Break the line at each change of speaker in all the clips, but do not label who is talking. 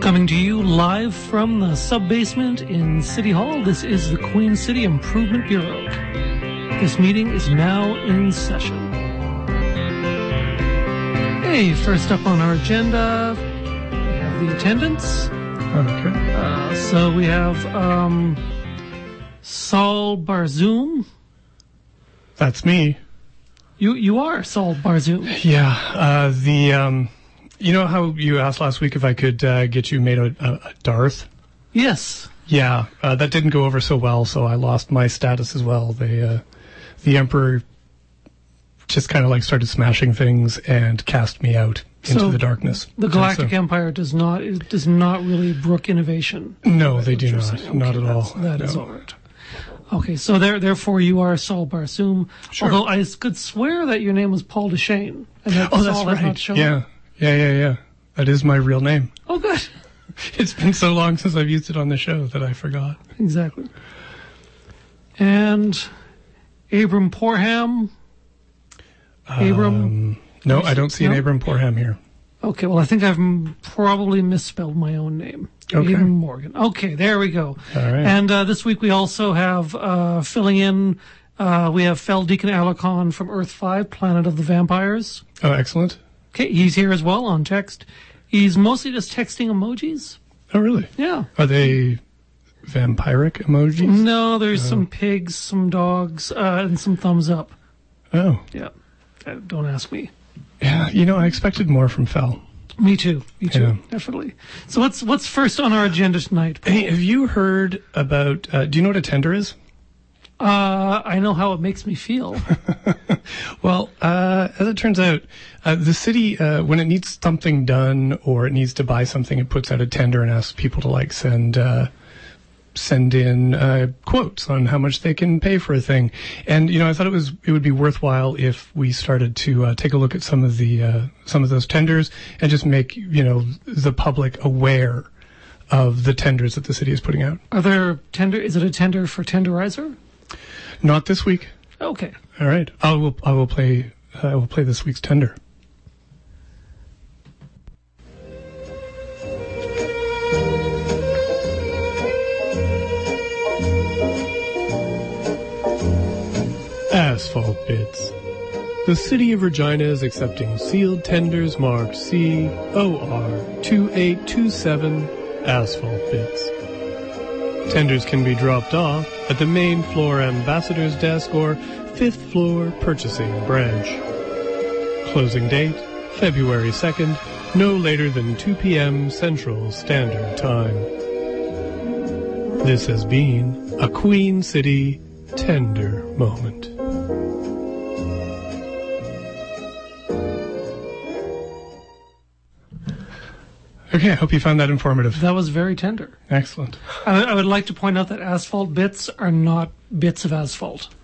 Coming to you live from the sub basement in City Hall, this is the Queen City Improvement Bureau. This meeting is now in session. Hey, first up on our agenda, we have the attendance.
Okay.
Uh, so we have um, Saul Barzoom.
That's me.
You you are Saul Barzoom.
Yeah. Uh, the um, you know how you asked last week if I could uh, get you made a, a, a Darth.
Yes.
Yeah, uh, that didn't go over so well, so I lost my status as well. They, uh, the Emperor, just kind of like started smashing things and cast me out into
So,
the darkness.
The
And
Galactic
so-
Empire does not it does not really brook innovation.
no, they do
You're
not.
saying,
not
okay,
at all.
that's- That is
No.
all right. Okay, so there, therefore you are Saul Barsoom.
Sure.
Although I s- could swear that your name was Paul Deshane. And that
Oh, that's
Saul Had not
right.
shown
Yeah,
up.
yeah, yeah, yeah. That is my real name.
Oh, good.
It's been so long since I've used it on the show that I forgot.
Exactly. And Abram
Um,
Porham. Abram.
No, I don't see an
No.
Abram Porham here.
Okay, well, I think I've m- probably misspelled my own name.
Okay.
Aidan Morgan. Okay, there we go.
All right.
And uh, this week we also have uh, filling in, uh, we have Fell Deacon Alarcon from Earth 5, Planet of the Vampires.
Oh, excellent.
Okay, he's here as well on text. He's mostly just texting emojis.
Oh, really?
Yeah.
Are they vampiric emojis?
No, there's some pigs, some dogs, uh, and some thumbs up.
Oh,
Yeah. Uh, Don't ask me.
yeah. You know, I expected more from Fel.
Me too. Me too.
Yeah.
Definitely. So what's what's first on our agenda tonight?
Hey, have you heard about? Uh, do you know what a tender is?
Uh, I know how it makes me feel.
Well, uh, as it turns out, uh, the city, uh, when it needs something done or it needs to buy something, it puts out a tender and asks people to like send uh, send in uh, quotes on how much they can pay for a thing. And you know, I thought it was it would be worthwhile if we started to uh, take a look at some of the uh, some of those tenders and just make you know the public aware of the tenders that the city is putting out.
Are there tender? Is it a tender for tenderizer?
Not this week.
Okay.
All right, I will I will play I will play this week's tender. Asphalt bids. The City of Regina is accepting sealed tenders marked COR 2827 asphalt bids. Tenders can be dropped off at the main floor ambassador's desk or fifth floor purchasing branch. Closing date, February 2nd, no later than 2 p.m. Central Standard Time. This has been a Queen City tender moment. Okay, I hope you found that informative.
That was very tender.
Excellent.
I, I would like to point out that asphalt bits are not bits of asphalt.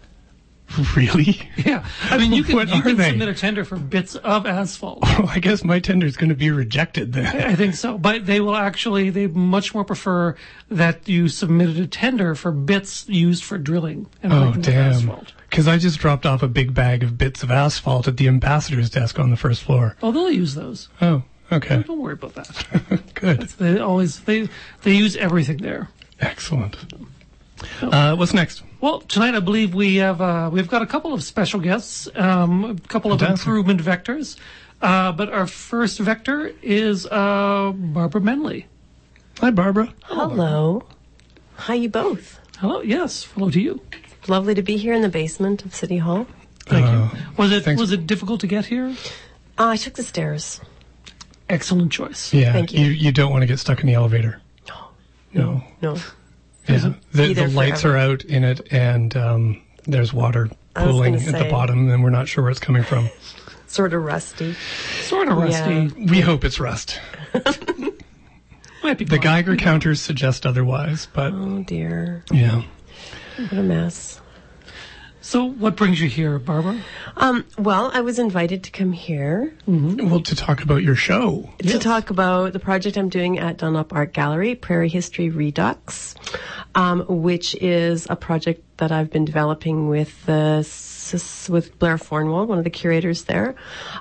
Really?
Yeah. I mean, you can,
What
you
are
can
they?
submit a tender for bits of asphalt.
Well, I guess my tender is going to be rejected then.
I think so. But they will actually, they much more prefer that you submitted a tender for bits used for drilling and
Oh,
making with
damn.
asphalt.
Because I just dropped off a big bag of bits of asphalt at the ambassador's desk on the first floor.
Oh, they'll use those.
Oh, okay.
Don't worry about that.
Good.
They always, they, they use everything there.
Excellent. Uh, what's next?
Well, tonight I believe we have uh, we've got a couple of special guests, um, a couple of
Fantastic.
improvement vectors, uh, but our first vector is uh, Barbara Menley.
Hi, Barbara.
Oh. Hello. Hi, you both.
Hello, yes, hello to you.
Lovely to be here in the basement of City Hall.
Thank
Uh,
you. Was it
thanks.
was it difficult to get here?
Uh, I took the stairs.
Excellent choice.
Yeah,
Thank you.
you. don't want to get stuck in the elevator. No.
No.
Yeah. The,
Be
the
there
lights
forever.
are out in it, and um, there's water
I was
pooling
gonna
at the
say.
bottom, and we're not sure where it's coming from.
Sort of rusty.
Sort of rusty.
Yeah.
We hope it's rust.
Might be
The
gone.
Geiger counters suggest otherwise, but
Oh, dear.
yeah.
What a mess.
So, what brings you here, Barbara?
Um, well, I was invited to come here
Well, to talk about your show.
to talk about the project I'm doing at Dunlop Art Gallery, Prairie History Redux, um, which is a project that I've been developing with uh, s- with Blair Fornwell, one of the curators there,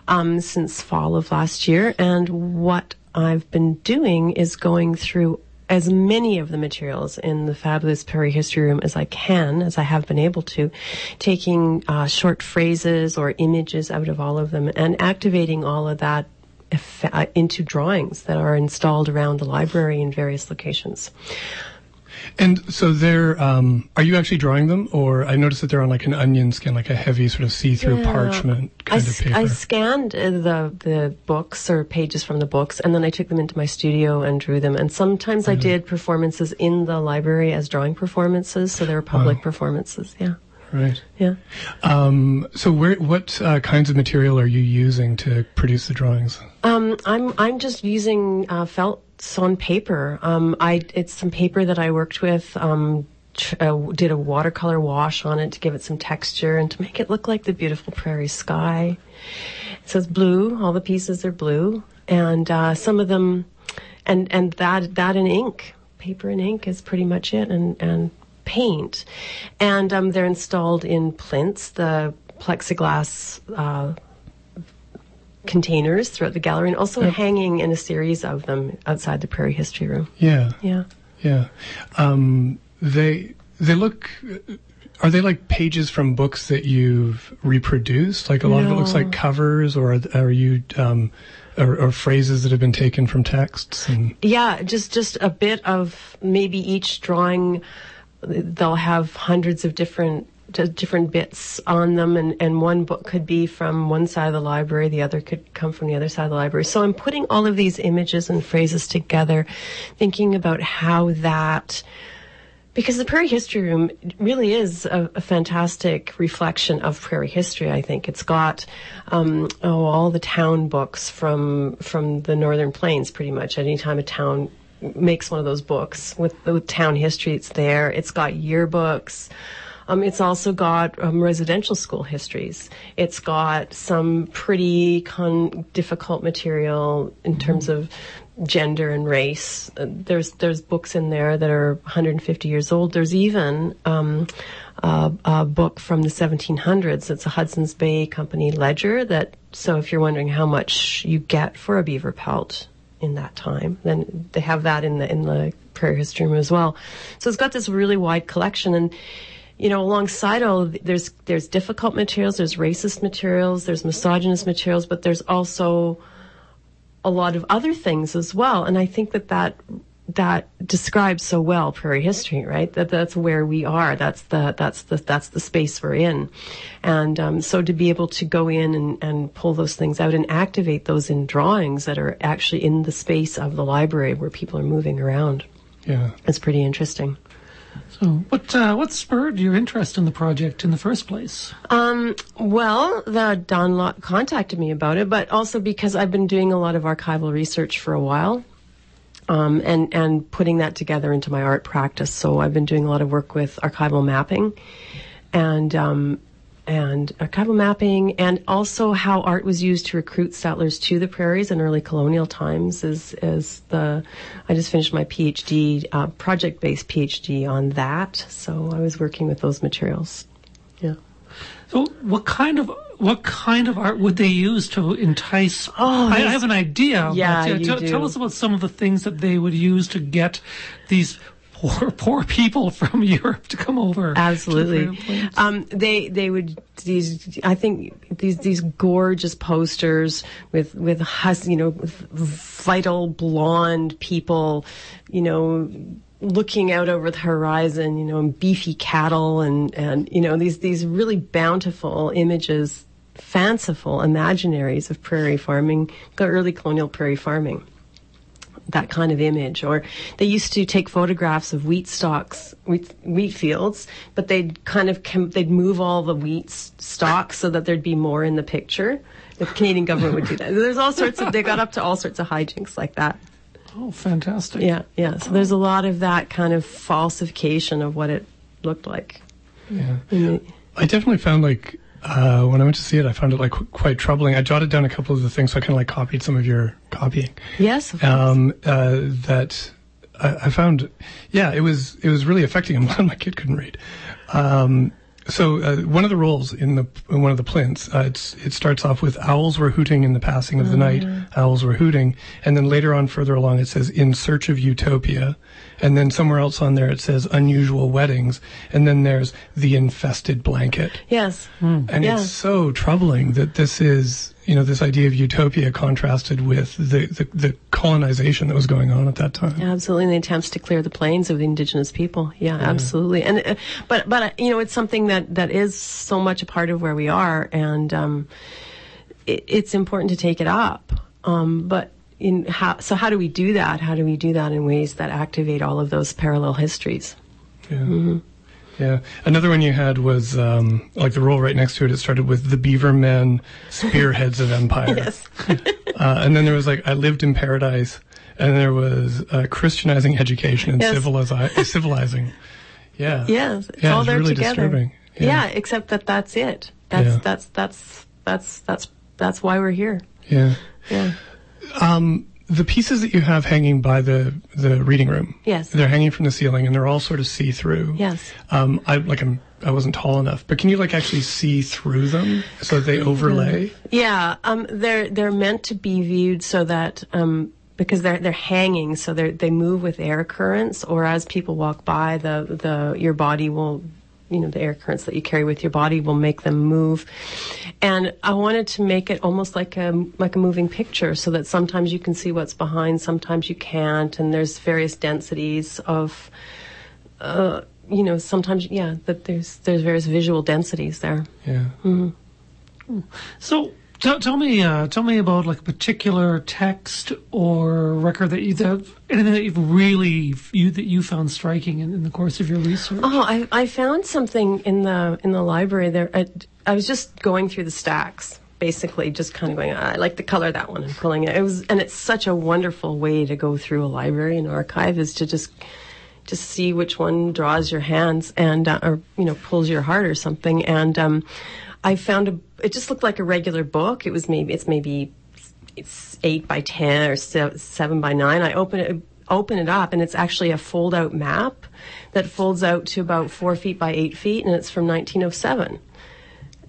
um, since fall of last year. And what I've been doing is going through as many of the materials in the fabulous Prairie History Room as I can, as I have been able to, taking uh, short phrases or images out of all of them and activating all of that eff- uh, into drawings that are installed around the library in various locations.
And so they're, um, are you actually drawing them? Or I noticed that they're on like an onion skin, like a heavy sort of see-through
Yeah.
parchment
I,
kind of
s-
paper.
I scanned uh, the the books or pages from the books, and then I took them into my studio and drew them. And sometimes I did performances in the library as drawing performances, so they were public performances. Yeah,
right.
yeah.
Um, so where, what uh, kinds of material are you using to produce the drawings?
Um, I'm I'm just using uh, felts on paper. Um, I it's some paper that I worked with. Um, tr- uh, did a watercolor wash on it to give it some texture and to make it look like the beautiful prairie sky. So it's blue. All the pieces are blue, and uh, some of them, and and that that in ink, paper and ink is pretty much it, and and paint, and um, they're installed in plinths, the plexiglass. Uh, containers throughout the gallery and also hanging in a series of them outside the Prairie History Room.
Yeah.
Yeah.
Yeah. Um, they, they look, are they like pages from books that you've reproduced? Like a lot of it looks
No.
like covers or are, are you, um, or, or phrases that have been taken from texts and
Yeah, just just a bit of maybe each drawing they'll have hundreds of different d- different bits on them and, and one book could be from one side of the library the other could come from the other side of the library so i'm putting all of these images and phrases together thinking about how that Because the Prairie History Room really is a, a fantastic reflection of Prairie history. I think it's got um, oh all the town books from from the Northern Plains, pretty much. Any time a town makes one of those books with, with town history, it's there. It's got yearbooks. Um, it's also got um, residential school histories. It's got some pretty con- difficult material in terms of gender and race. Uh, there's there's books in there that are 150 years old. There's even um, a, a book from the 1700s. It's a Hudson's Bay Company ledger. That so if you're wondering how much you get for a beaver pelt in that time, then they have that in the in the Prairie History Room as well. So it's got this really wide collection and you know, alongside all of the, there's there's difficult materials, there's racist materials, there's misogynist materials, but there's also a lot of other things as well. And I think that that that describes so well prairie history, right? That that's where we are. That's the that's the that's the space we're in. And um, so to be able to go in and, and pull those things out and activate those in drawings that are actually in the space of the library where people are moving around.
yeah.
It's pretty interesting.
So, what uh, what spurred your interest in the project in the first place?
Um, well, the Don Lot contacted me about it, but also because I've been doing a lot of archival research for a while. Um, and and putting that together into my art practice. So I've been doing a lot of work with archival mapping, and um, and archival mapping, and also how art was used to recruit settlers to the prairies in early colonial times. Is is the I just finished my PhD uh, project based PhD on that. So I was working with those materials. Yeah.
So, what kind of what kind of art would they use to entice?
Oh,
I, I
yes.
have an idea. but,
Yeah,
uh,
you
tell-
do.
tell us about some of the things that they would use to get these poor poor people from Europe to come over. to the Grand
Absolutely.
Plains.
Um, they they would these I think these these gorgeous posters with with hus you know with vital blonde people, you know looking out over the horizon, you know, and beefy cattle and and you know these these really bountiful images, fanciful imaginaries of prairie farming, early colonial prairie farming that kind of image. Or they used to take photographs of wheat stalks, wheat, wheat fields, but they'd kind of com- they'd move all the wheat s- stalks so that there'd be more in the picture. The Canadian government would do that. There's all sorts of they got up to all sorts of hijinks like that.
Oh, fantastic.
Yeah, yeah. So there's a lot of that kind of falsification of what it looked like.
Yeah.
And it-
I definitely found like uh, when I went to see it, I found it like qu- quite troubling. I jotted down a couple of the things, so I kind of like copied some of your copying.
yes, of course.
Um, uh, that I, I found, yeah, it was it was really affecting. I'm glad my kid couldn't read. Um, so uh, one of the roles in the in one of the plinths, uh, it's it starts off with owls were hooting in the passing of the night. Owls were hooting, and then later on, further along, it says in search of utopia, and then somewhere else on there it says unusual weddings, and then there's the infested blanket.
yes.
And
Yeah.
it's so troubling that this is, you know, this idea of utopia contrasted with the, the, the colonization that was going on at that time.
Absolutely, and the attempts to clear the plains of the indigenous people. Yeah,
Mm.
absolutely. And uh, but but uh, you know, it's something that that is so much a part of where we are, and um, it, it's important to take it up. Um, but in how so how do we do that? How do we do that in ways that activate all of those parallel histories?
Yeah.
Mm-hmm.
Yeah. Another one you had was um, like the role right next to it. It started with the Beaver Men, Spearheads of Empire.
Yes.
Uh, and then there was like I lived in paradise, and there was uh, Christianizing education and
Yes.
civilizi- civilizing. Yeah.
Yes, it's
Yeah,
all
it's
there
really
together.
disturbing.
Yeah.
Yeah.
except that that's it. That's
Yeah.
that's that's that's that's that's why we're here.
Yeah.
Yeah.
Um, the pieces that you have hanging by the the reading room
Yes.
they're hanging from the ceiling and they're all sort of see through
Yes.
um i like i'm i wasn't tall enough but can you like actually see through them so they
Mm-hmm.
overlay
Yeah, um, they're they're meant to be viewed so that um, because they're they're hanging, so they they move with air currents, or as people walk by, the the your body will, you know, the air currents that you carry with your body will make them move. And I wanted to make it almost like a like a moving picture, so that sometimes you can see what's behind, sometimes you can't, and there's various densities of. Uh, you know, sometimes yeah, that there's there's various visual densities there.
yeah
Mm-hmm.
So t- tell me, uh, tell me about like a particular text or record that you that anything that you've really you that you found striking in, in the course of your research.
Oh, I, I found something in the in the library there. I, I was just going through the stacks, basically, just kind of going. "Ah, I like the color of that one and pulling it. It was, and it's such a wonderful way to go through a library and archive is to just just see which one draws your hands and uh, or you know pulls your heart or something. And um, I found a. It just looked like a regular book. It was maybe it's maybe it's eight by ten or se- seven by nine. I open it open it up, and it's actually a fold out map that folds out to about four feet by eight feet, and it's from 1907.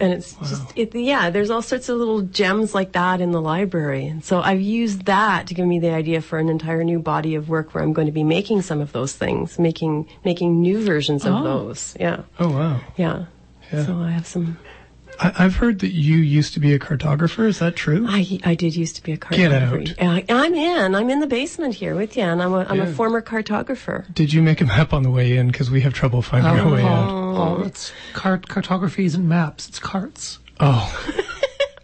And it's just it, yeah. There's all sorts of little gems like that in the library, and so I've used that to give me the idea for an entire new body of work where I'm going to be making some of those things, making making new versions of
Oh.
those. Yeah,
oh wow
yeah.
Yeah.
So I have some.
I, i've heard that you used to be a cartographer is that true
I, I did used to be a cartographer.
out.
And I, I'm in. I'm in the basement here with you, and I'm a, I'm
Yeah.
a former cartographer.
did you make a map on the way in because we have trouble finding our way out
oh, it's cart cartography isn't maps; it's carts.
oh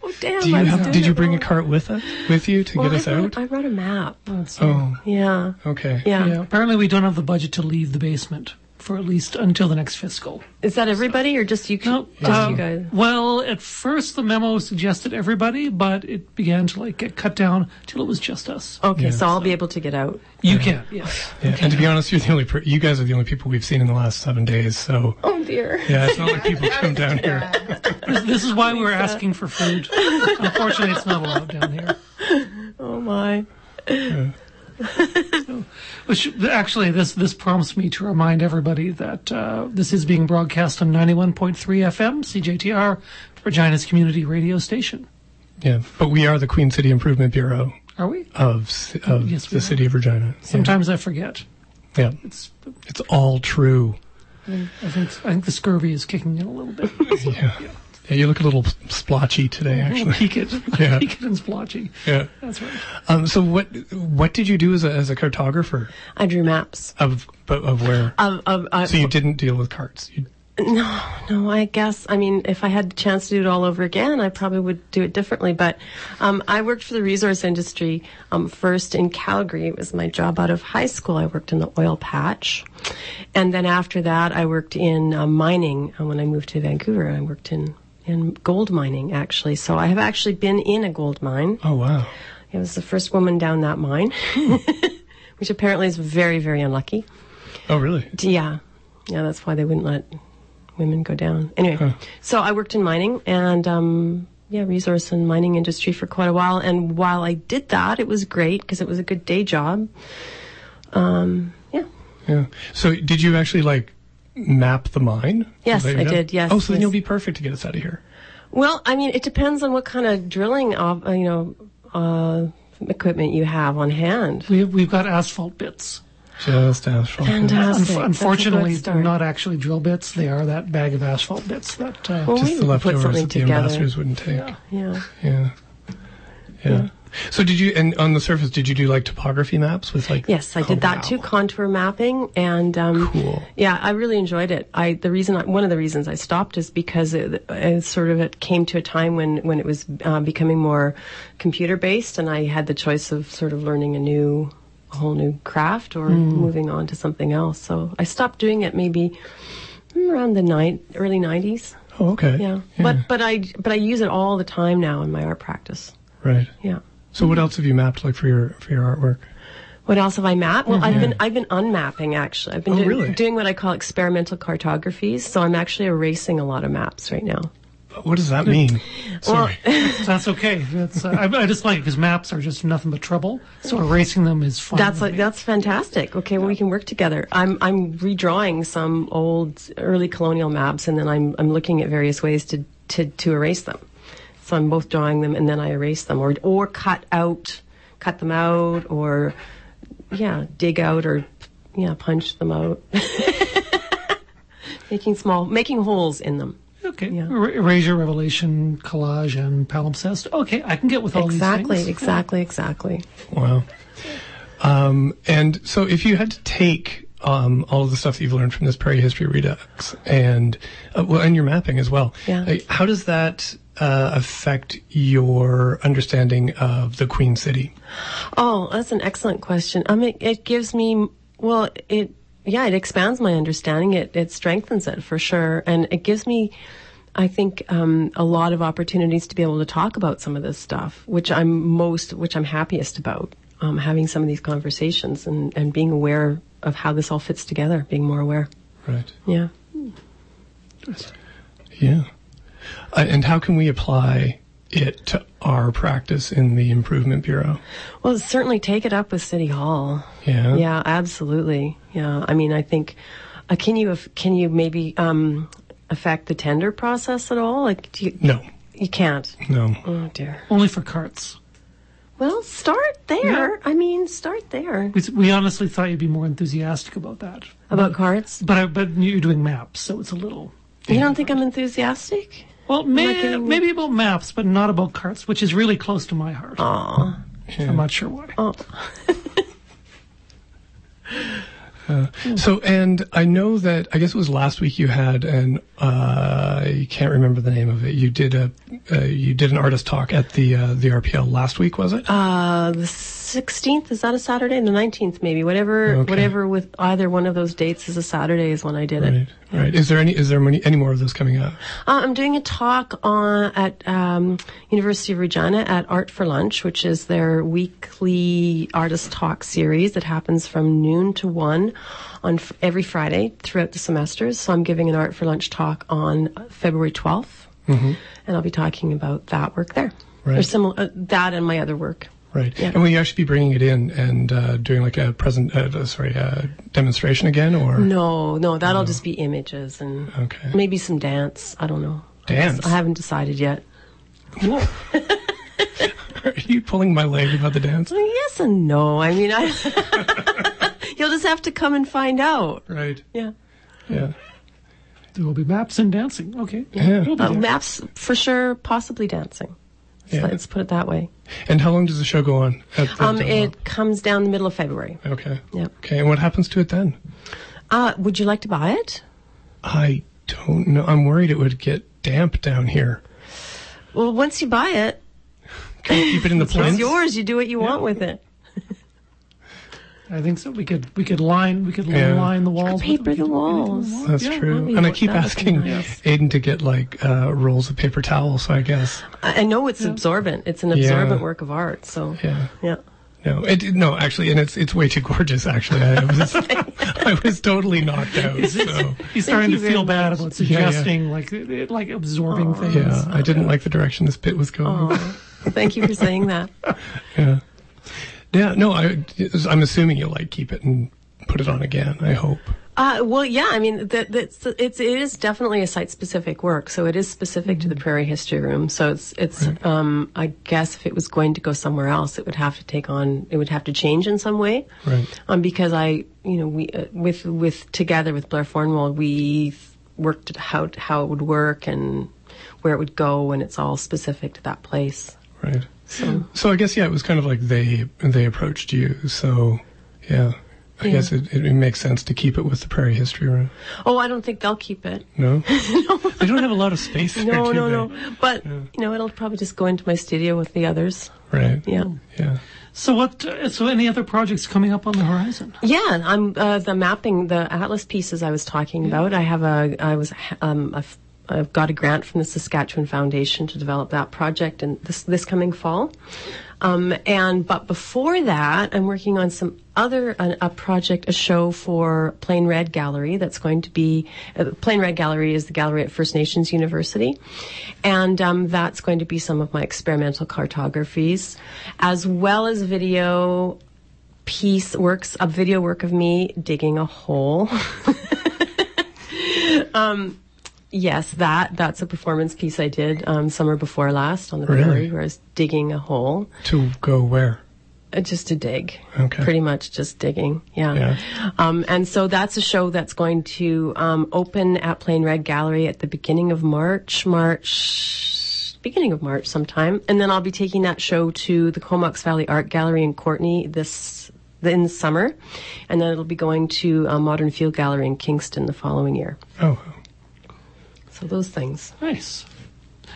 Oh damn!
do you
I was
have
doing
did you
it
bring a
wrong.
cart with us with you to
Well,
get us
I
out
wrote, I wrote a map.
oh
Yeah.
okay
yeah,
Yeah. Apparently, we don't have the budget to leave the basement for at least until the next fiscal.
Is that everybody or just you?
No,
just
um,
Oh.
you guys.
Well, at first the memo suggested everybody, but it began to like get cut down till it was just us.
Okay,
yeah.
so I'll be able to get out.
You can, yes.
Yeah, and to be honest, you're the only per- you guys are the only people we've seen in the last seven days. So
Oh dear.
yeah, it's not like people come down here.
This, this is why we were asking for food. Unfortunately, it's not allowed down here.
Oh my.
Which actually, this this prompts me to remind everybody that uh, this is being broadcast on ninety one point three FM CJTR, Regina's community radio station.
Yeah, but we are the Queen City Improvement Bureau
Are we?
of ci- of
Yes, we
the
are.
city of Regina.
Sometimes I forget.
Yeah,
It's,
it's all true.
I think I think the scurvy is kicking in a little bit.
Yeah. yeah, you look a little splotchy today,
Actually,
actually.
peak it,
Yeah.
peak it and splotchy.
Yeah.
That's right.
Um. So what what did you do as a as a cartographer
I drew maps.
of but of where?
Of of I,
So you didn't deal with carts. You,
no, I guess I mean if I had the chance to do it all over again, I probably would do it differently. But um, I worked for the resource industry um, first in Calgary. It was my job out of high school. I worked in the oil patch, and then after that, I worked in uh, mining. And when I moved to Vancouver, I worked in in gold mining actually. So I have actually been in a gold mine.
oh wow.
I was the first woman down that mine, which apparently is very, very unlucky.
Oh really?
Yeah. Yeah, that's why they wouldn't let women go down. Anyway, so I worked in mining and um, yeah, resource and mining industry for quite a while. And while I did that, it was great because it was a good day job. Um, yeah.
Yeah. So did you actually like map the mine?
Yes,
Is that your
I
job?
did, yes,
Oh, so then
yes.
you'll be perfect to get us out of here.
Well, I mean, it depends on what kind of drilling, of, uh, you know, uh, equipment you have on hand.
We have, we've got asphalt bits.
Just asphalt.
Fantastic. That's a
Unf-
good
unfortunately,
start.
they're not actually drill bits. They are that bag of asphalt bits that. Uh,
Well,
Just
we
the
would put
leftovers
something
that the
together.
ambassadors wouldn't take. Yeah.
Yeah.
yeah. So did you, and on the surface, did you do like topography maps with like?
Yes, I
Oh,
did that
wow.
too. Contour mapping and um,
Cool.
Yeah, I really enjoyed it. I the reason I, one of the reasons I stopped is because it, it sort of it came to a time when when it was uh, becoming more computer based, and I had the choice of sort of learning a new a whole new craft or moving on to something else. So I stopped doing it maybe mm, around the ni- early nineties.
Oh, okay.
Yeah. but but I but I use it all the time now in my art practice.
right.
Yeah.
So what else have you mapped like for your for your artwork?
What else have I mapped? Well, I've been I've been unmapping actually. I've been
Oh,
doing,
really?
doing what I call experimental cartographies. So I'm actually erasing a lot of maps right now.
What does that mean? Sorry.
That's okay. That's, uh, I, I just like because maps are just nothing but trouble. So erasing them is fun.
That's
with
Oh,
like
me.
that's fantastic. Okay, well we can work together. I'm I'm redrawing some old early colonial maps, and then I'm I'm looking at various ways to to to erase them. So I'm both drawing them, and then I erase them, or or cut out, cut them out, or yeah, dig out, or yeah, punch them out. making small, making holes in them.
okay.
yeah.
Er- erasure, revelation, collage, and palimpsest. Okay, I can get with all
Exactly,
these things.
exactly, exactly.
Wow. Um, and so if you had to take um, all of the stuff that you've learned from this Prairie History Redux and uh, well, and your mapping as well,
Yeah.
uh, how does that uh, affect your understanding of the Queen City?
Oh, that's an excellent question. I mean, it gives me well, it yeah, it expands my understanding. It it strengthens it for sure, and it gives me, I think, um, a lot of opportunities to be able to talk about some of this stuff, which I'm most, which I'm happiest about, um, having some of these conversations and and being aware of how this all fits together, being more aware.
Right.
Yeah.
Yeah. Uh, and how can we apply it to our practice in the Improvement Bureau?
Well, certainly take it up with City Hall.
Yeah.
Yeah, absolutely. Yeah, I mean, I think uh, can you can you maybe um, affect the tender process at all? Like, do you,
No.
you can't.
No.
Oh dear.
Only for carts.
Well, start there.
Yeah.
I mean, start there.
We, we honestly thought you'd be more enthusiastic about that.
About cards,
But I, but you're doing maps, so it's a little.
you don't think I'm enthusiastic?
Well, may,
getting-
maybe about maps, but not about carts, which is really close to my heart.
Aw.
I'm not sure why.
Oh,
So, and I know that I guess it was last week you had an uh, I can't remember the name of it. You did a uh, you did an artist talk at the uh, the RPL last week, was it?
uh, the sixteenth is that a Saturday? The nineteenth, maybe. Whatever,
Okay.
whatever. With either one of those dates is a Saturday is when I did it.
right, right. Is there any is there many, any more of those coming up?
Uh, I'm doing a talk on at um, University of Regina at Art for Lunch, which is their weekly artist talk series that happens from noon to one on f- every Friday throughout the semesters. So I'm giving an Art for Lunch talk on uh, February 12th, and I'll be talking about that work there.
Mm-hmm. Right.
Or similar uh, that and my other work.
Right, and will you actually be bringing it in and uh, doing like a present uh, uh, sorry uh, demonstration again or
Hmm. No, no, that'll just be images and
Okay.
maybe some dance. I don't know.
Dance?
I haven't decided yet.
Whoa. Are you pulling my leg about the dance?
Oh, Yes and no. I mean, I. You'll just have to come and find out.
Right.
Yeah.
Yeah.
There will be maps and dancing. Okay.
Yeah.
We'll be
Uh,
there.
maps, for sure, possibly dancing. Let's,
Yeah.
let's put it that way.
And how long does the show go on? At the
Um,
Dunlop?
it comes down the middle of February.
Okay.
Yeah.
Okay. And what happens to it then?
Uh, would you like to buy it?
I don't know. I'm worried it would get damp down here.
Well, once you buy it,
Can we keep it in the
it's
plants?
yours. You do what you want with it.
I think so. We could we could line we could
Yeah.
line the walls. with-
Paper the walls.
That's
Yeah,
true.
we
And I
would.
keep
That would be
asking
nice.
Aiden to get like uh, rolls of paper towel. So I guess
I I know it's absorbent. It's an
Yeah.
absorbent work of art. So
Yeah.
yeah.
no, it, no, actually, and it's it's way too gorgeous. Actually, I was, I was totally knocked out. So
He's starting
you
to feel
very
bad
much.
about
Yeah, yeah.
suggesting, like it- it- like absorbing things.
yeah, I didn't like the direction this bit was going.
Oh, thank you for saying that.
Yeah, yeah. No, I, I'm assuming you'll like keep it and put it on again. I hope.
Uh, well, yeah, I mean, that, that's, it's, it is definitely a site-specific work, so it is specific to the
Mm-hmm.
Prairie History Room. So it's, it's, um, I guess if it was going to go somewhere else, it would have to take on, it would have to change in some way.
Right.
Um, because I, you know, we, uh, with, with, together with Blair Fornwall, we worked at how, how it would work and where it would go, and it's all specific to that place.
Right. So, I guess yeah, it was kind of like they they approached you. So yeah, I
Yeah.
guess it, it makes sense to keep it with the Prairie History Room.
Oh, I don't think they'll keep it.
No, they don't have a lot of space. There,
No,
do
no,
they?
no. But, you know, it'll probably just go into my studio with the others.
Right.
Yeah.
Yeah.
So what? uh, So any other projects coming up on the horizon?
Yeah, I'm uh, the mapping, the atlas pieces I was talking about. I have a, I was, um, a f- I've got a grant from the Saskatchewan Foundation to develop that project, and this this coming fall. Um, and but before that, I'm working on some other an, a project, a show for Plain Red Gallery that's going to be uh, Plain Red Gallery is the gallery at First Nations University, and um, that's going to be some of my experimental cartographies, as well as video piece works a video work of me digging a hole um yes that that's a performance piece i did um summer before last on the
Really?
prairie where i was digging a hole
To go where?
uh, just to dig
Okay.
pretty much just digging yeah,
Yeah.
Um, and so that's a show that's going to um, open at plain red gallery at the beginning of march march beginning of march sometime and then i'll be taking that show to the comox valley art gallery in courtney this in the summer and then it'll be going to uh, modern field gallery in kingston the following year
Oh.
so those things
Nice.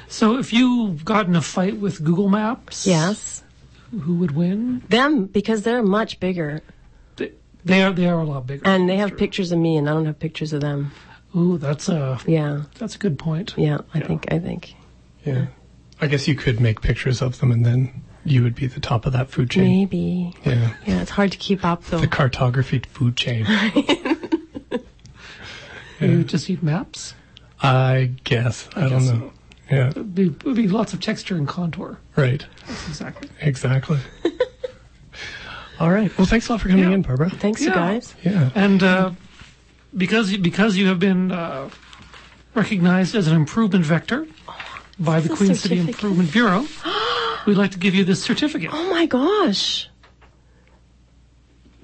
So if you got in a fight with Google Maps,
yes
who would win?
them because they're much bigger
They- They are they are a lot bigger.
and they have pictures of me and i don't have pictures of them
Ooh, that's a
yeah
that's a good point.
yeah i think i think
Yeah. I guess you could make pictures of them, and then you would be the top of that food chain.
Maybe.
Yeah.
Yeah, it's hard to keep up though.
The cartography food chain.
You just need maps.
I guess. I, don't
guess
know. Yeah.
It'd be, it'd be lots of texture and contour.
Right.
Exactly.
Exactly. All right. Well, thanks a lot for coming
Yeah.
in, Barbara.
Thanks, you
Yeah.
guys.
Yeah.
And uh, because you- because you have been uh, recognized as an improvement vector by the
a
Queen City
certificate.
Improvement Bureau, we'd like to give you this certificate.
Oh my gosh.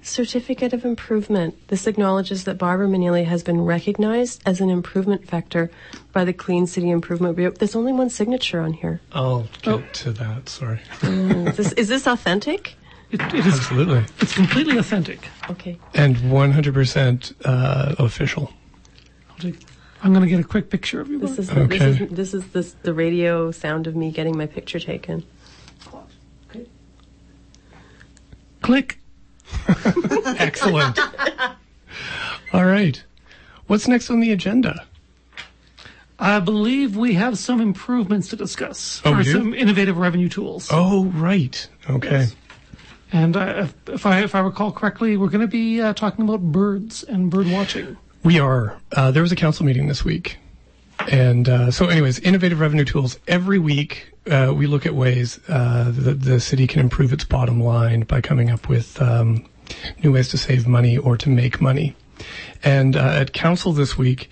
Certificate of Improvement. This acknowledges that Barbara Manili has been recognized as an improvement vector by the Clean City Improvement Bureau. There's only one signature on here.
I'll get to that. Sorry.
Is this, is this authentic?
It, it is
Absolutely.
it's completely authentic.
Okay.
And 100% uh, official.
I'll take, I'm going to get a quick picture of you.
This is
Okay.
this is this is this, the radio sound of me getting my picture taken.
Click.
Excellent. All right. What's next on the agenda?
I believe we have some improvements to discuss,
Oh,
or
we do?
some innovative revenue tools.
Oh, right. Okay.
And uh, if, if I if I recall correctly, we're going to be uh, talking about birds and bird watching.
We are. Uh, there was a council meeting this week. And uh, so, anyways, innovative revenue tools. Every week, uh, we look at ways uh, that the city can improve its bottom line by coming up with um, new ways to save money or to make money. And uh, at council this week,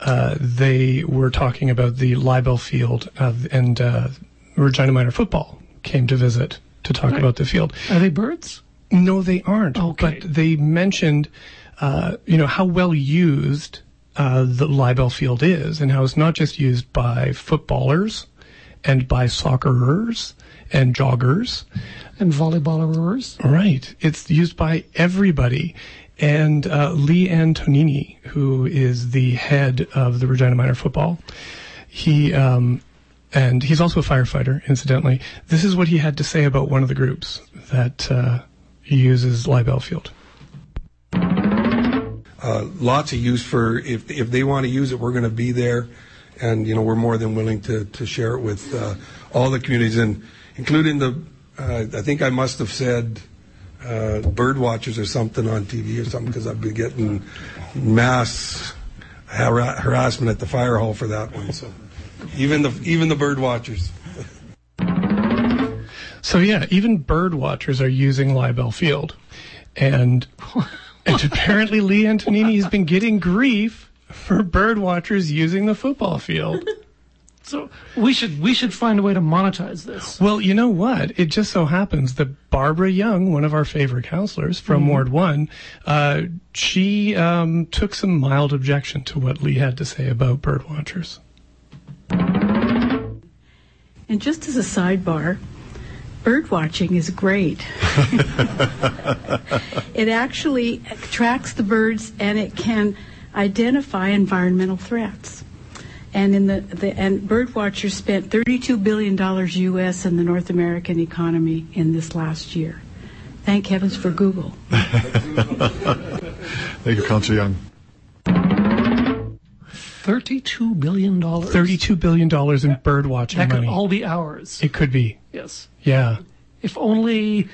uh, they were talking about the Libel Field, uh, and uh, Regina Minor Football came to visit to talk about the field.
Are they birds?
No, they aren't.
Okay.
But they mentioned, uh, you know, how well used uh, the Libel Field is, and how it's not just used by footballers and by soccerers and joggers.
And volleyballers?
Right. It's used by everybody. And uh, Lee Antonini, who is the head of the Regina Minor football, he um, and he's also a firefighter. Incidentally, this is what he had to say about one of the groups that uh, uses Libel Field.
uh, lots of use for if if they want to use it, we're going to be there, and you know we're more than willing to to share it with uh, all the communities and including the. Uh, I think I must have said uh, bird watchers or something on TV or something because I've been getting mass har- harassment at the fire hall for that one. So even the even the bird watchers.
So yeah, even bird watchers are using Libel Field, and and apparently Lee Antonini has been getting grief for bird watchers using the football field.
So we should we should find a way to monetize this.
Well, you know what? It just so happens that Barbara Young, one of our favorite counselors from
Mm-hmm.
Ward One, uh, she um, took some mild objection to what Lee had to say about bird watchers.
And just as a sidebar, bird watching is great. it actually tracks the birds and it can identify environmental threats. And in the, the and bird watchers spent 32 billion dollars US in the North American economy in this last year. Thank heavens for Google.
Thank you, Councillor Young.
Thirty-two billion dollars.
Thirty-two billion dollars in bird watching
That could
money.
all be ours.
it could be,
yes.
yeah.
If only,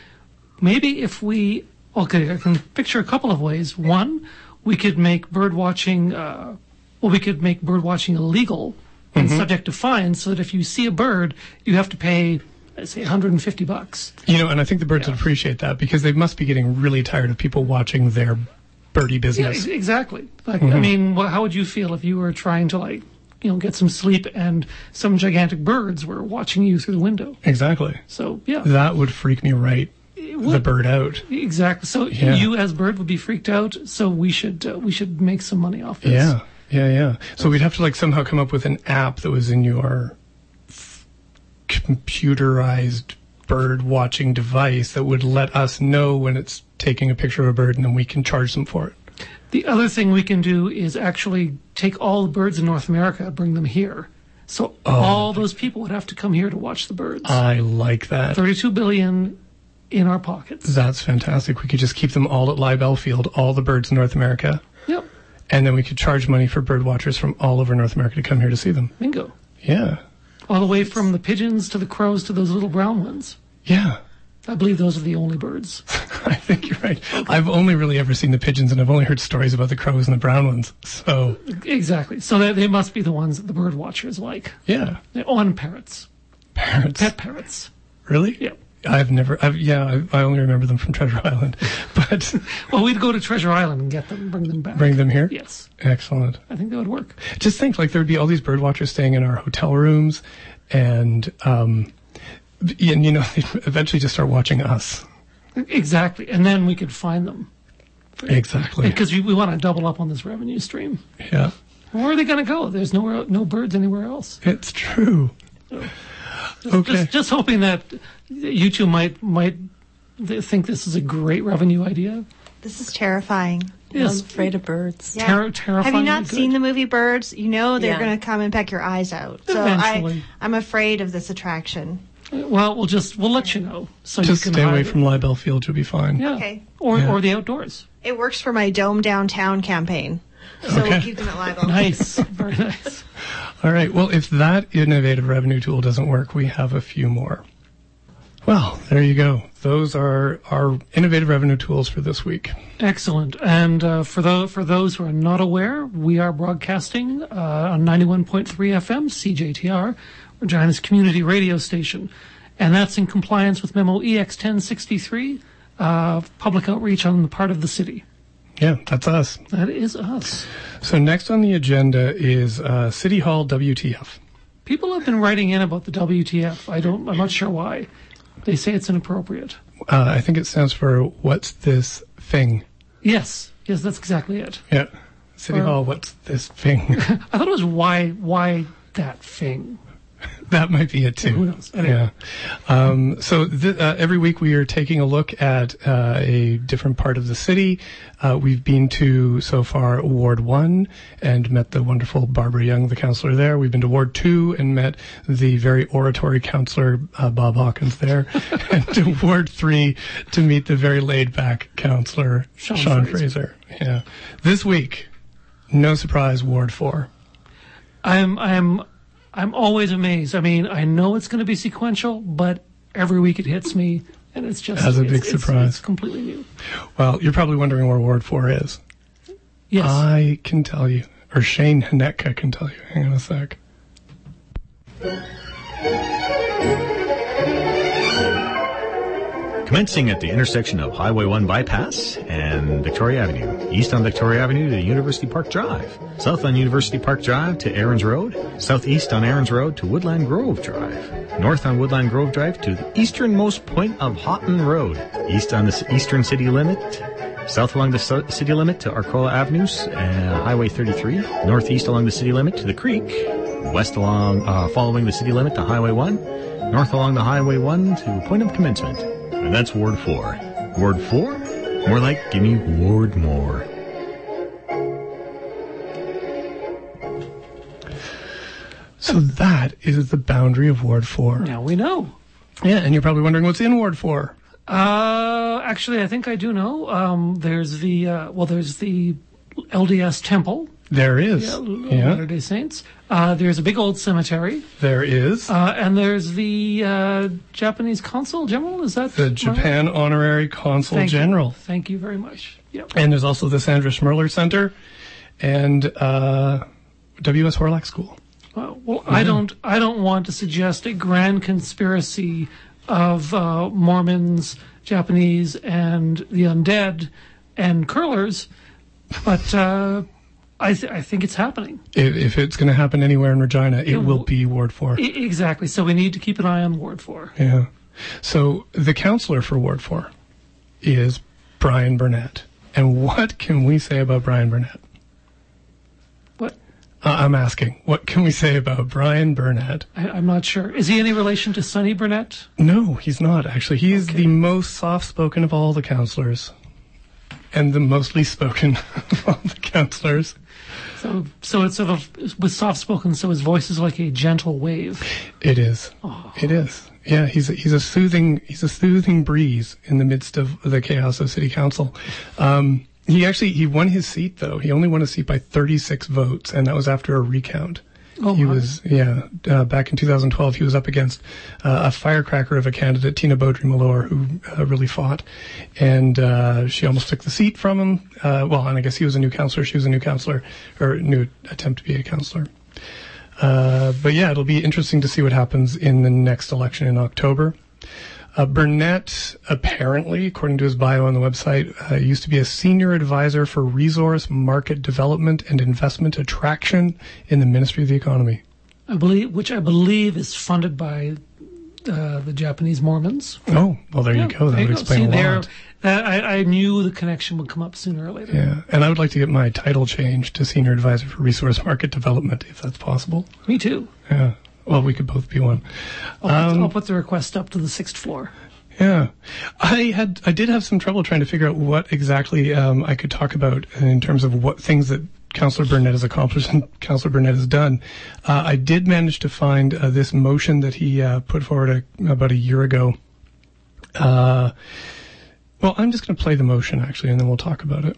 maybe if we okay, I can picture a couple of ways. One, we could make bird watching. Uh, well, we could make bird watching illegal and
Mm-hmm.
subject to fines, so that if you see a bird, you have to pay, let's say, one hundred and fifty bucks.
You know, and I think the birds would appreciate that because they must be getting really tired of people watching their birdie
Yeah,
business.
ex- exactly. Like,
Mm-hmm.
I mean, wha how would you feel if you were trying to like, you know, get some sleep and some gigantic birds were watching you through the window?
Exactly.
So yeah,
That would freak me right the
would.
bird out.
exactly. So
Yeah.
you as bird would be freaked out. So we should uh, we should make some money off this.
Yeah. Yeah, yeah. So we'd have to like somehow come up with an app that was in your f- computerized bird watching device that would let us know when it's taking a picture of a bird and then we can charge them for it.
The other thing we can do is actually take all the birds in North America, bring them here. So
Oh.
all those people would have to come here to watch the birds.
I like that.
Thirty-two billion in our pockets.
That's fantastic. We could just keep them all at Libel Field, all the birds in North America.
Yep.
and then we could charge money for bird watchers from all over North America to come here to see them.
Bingo.
Yeah,
All the way from the pigeons to the crows to those little brown ones.
yeah.
I believe those are the only birds.
I think you're right. I've only really ever seen the pigeons, and I've only heard stories about the crows and the brown ones. So
exactly. So they, they must be the ones that the bird watchers like.
yeah,
Oh, and parrots.
parrots.
Pet parrots.
really?
Yeah.
I've never. I've, yeah, I, I only remember them from Treasure Island, but
Well, we'd go to Treasure Island and get them, bring them back.
bring them here.
Yes.
Excellent.
I think that would work.
just think like there would be all these bird watchers staying in our hotel rooms and um and you know they'd eventually just start watching us
Exactly. And then we could find them.
exactly
Because we, we want to double up on this revenue stream.
yeah
Where are they going to go? There's nowhere, no birds anywhere else.
it's true okay
Just, just hoping that you two might might th- think this is a great revenue idea.
This is terrifying.
Yes.
I'm afraid of birds.
Yeah.
Terror-
Have you
terrifyingly
not
good.
seen the movie Birds? You know they're
Yeah.
going to come and peck your eyes out. So
Eventually.
I, I'm afraid of this attraction.
Well, we'll just we'll let you know so
just
you can
stay away
hide it.
from libel field you'll be fine
yeah.
Okay.
or
Yeah.
or the outdoors.
It works for my Dome Downtown campaign. So
Okay.
we'll keep them at libel.
Nice, very nice.
all right well if that innovative revenue tool doesn't work we have a few more well there you go those are our innovative revenue tools for this week
Excellent. And uh, for those for those who are not aware, we are broadcasting uh, on ninety one point three FM CJTR, Regina's community radio station, and that's in compliance with Memo EX ten sixty three, uh, public outreach on the part of the city.
yeah that's us
That is us.
so next on the agenda is uh, city hall wtf
People have been writing in about the WTF. I don't. I'm not sure why. They say it's inappropriate.
Uh, I think it stands for what's this thing?
Yes. Yes, that's exactly it.
Yeah. City
Or-
Hall, what's this thing?
I thought it was why why that thing.
that might be it too.
Who knows?
Yeah.
Anyway.
Um, so th- uh, every week we are taking a look at uh, a different part of the city. Uh, we've been to so far Ward One and met the wonderful Barbara Young, the counselor there. We've been to Ward Two and met the very oratory counselor uh, Bob Hawkins there, and to Ward Three to meet the very laid-back counselor Sean,
Sean
Fraser. Yeah. This week, no surprise, Ward Four.
I'm I'm I'm always amazed. I mean, I know it's going to be sequential, but every week it hits me and it's just
As a big
it's- it's-
surprise.
It's completely new.
Well, you're probably wondering where Ward 4 is.
Yes.
I can tell you, or Shane Hanetka can tell you. Hang on a sec.
Commencing at the intersection of Highway 1 Bypass and Victoria Avenue. East on Victoria Avenue to University Park Drive. South on University Park Drive to Aaron's Road. Southeast on Aaron's Road to Woodland Grove Drive. North on Woodland Grove Drive to the easternmost point of Houghton Road. East on the s- eastern city limit. South along the so- city limit to Arcola Avenue, uh, Highway 33. Northeast along the city limit to the creek. West along, uh, following the city limit to Highway 1. North along the Highway 1 to point of commencement. And that's Ward 4. Ward 4? More like gimme Ward more.
So that is the boundary of Ward 4.
now we know.
Yeah, and you're probably wondering what's in Ward 4.
Uh, actually, I think I do know. Um, there's the uh, well, there's the LDS Temple,
There is.
Latter
Yeah,
Day Saints. Uh, there's a big old cemetery,
there is.
uh, and there's the uh, Japanese Consul General. Is that
The
my-
Japan Honorary Consul
Thank you.
General.
Thank you very much. Yep.
And there's also the Sandra Schmirler Center and uh, W.S. Horlock School.
Uh, well, I don't. I don't want to suggest a grand conspiracy of uh, Mormons, Japanese, and the undead, and curlers, but uh, I, th- I think it's happening.
If, if it's going to happen anywhere in Regina, it will
will-
be Ward 4.
I- E, exactly. So we need to keep an eye on Ward Four.
Yeah. So the counselor for Ward 4 is Brian Burnett. And what can we say about Brian Burnett?
What?
Uh, I'm asking, what can we say about Brian Burnett?
I, I'm not sure. Is he any relation to Sonny Burnett?
No, he's not, actually. He is
Okay.
the most soft spoken of all the counselors and the most least spoken of all the counselors.
So, so it's sort of was soft spoken. So his voice is like a gentle wave.
It is. It is. Yeah, he's a, he's a soothing he's a soothing breeze in the midst of the chaos of city council. Um, he actually he won his seat though. He only won a seat by 36 votes, and that was after a recount.
Oh,
he
my.
was yeah. Uh, back in 2012, he was up against uh, a firecracker of a candidate, Tina Beaudry Malore, who uh, really fought, and uh, she almost took the seat from him. Uh, well, and I guess he was a new counselor. She was a new counselor, or new attempt to be a counselor. Uh, but yeah, it'll be interesting to see what happens in the next election in October. Uh, Burnett, apparently, according to his bio on the website, uh, used to be a senior advisor for resource market development and investment attraction in the Ministry of the Economy.
I believe, which I believe is funded by uh, the Japanese Mormons.
Oh, well, there you
Yeah,
go. That
there
would
you
explain
See,
a lot.
there- that- I, I knew the connection would come up sooner or later.
Yeah, and I would like to get my title changed to senior advisor for resource market development, if that's possible.
Me too.
Yeah. Well, we could both be one.
I'll, put,
Um,
I'll put the request up to the sixth floor.
Yeah, I had I did have some trouble trying to figure out what exactly um, I could talk about in terms of what things that Councillor Burnett has accomplished and Councillor Burnett has done. Uh, I did manage to find uh, this motion that he uh, put forward a, about a year ago. Uh, well, I'm just going to play the motion actually, and then we'll talk about it.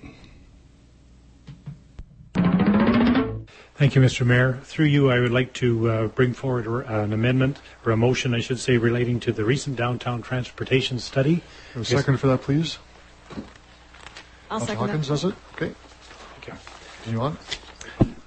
Thank you, Mr. Mayor. Through you, I would like to uh, bring forward a- an amendment, or a motion, I should say, relating to the recent downtown transportation study.
A second for that, please.
I'll
Councillor
second
Hawkins
that.
does it? Okay.
Okay.
Continue on.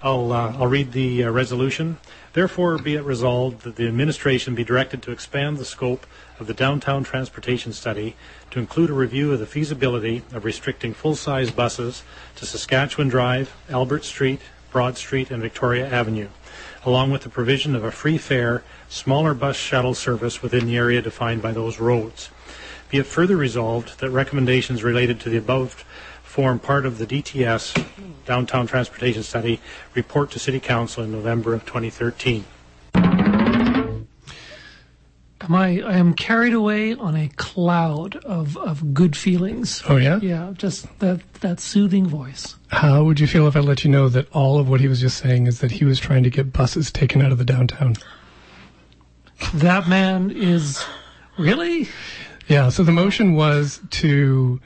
I'll, uh, I'll read the uh, resolution. Therefore, be it resolved that the administration be directed to expand the scope of the downtown transportation study to include a review of the feasibility of restricting full-size buses to Saskatchewan Drive, Albert Street, Broad Street, and Victoria Avenue, along with the provision of a free fare, smaller bus shuttle service within the area defined by those roads. Be it further resolved that recommendations related to the above form part of the DTS Downtown Transportation Study report to City Council in November of 2013.
Am I, I am carried away on a cloud of, of good feelings.
Oh yeah?
Yeah, just that, that soothing voice.
How would you feel if I let you know that all of what he was just saying is that he was trying to get buses taken out of the downtown?
That man is really
Yeah, so the motion was to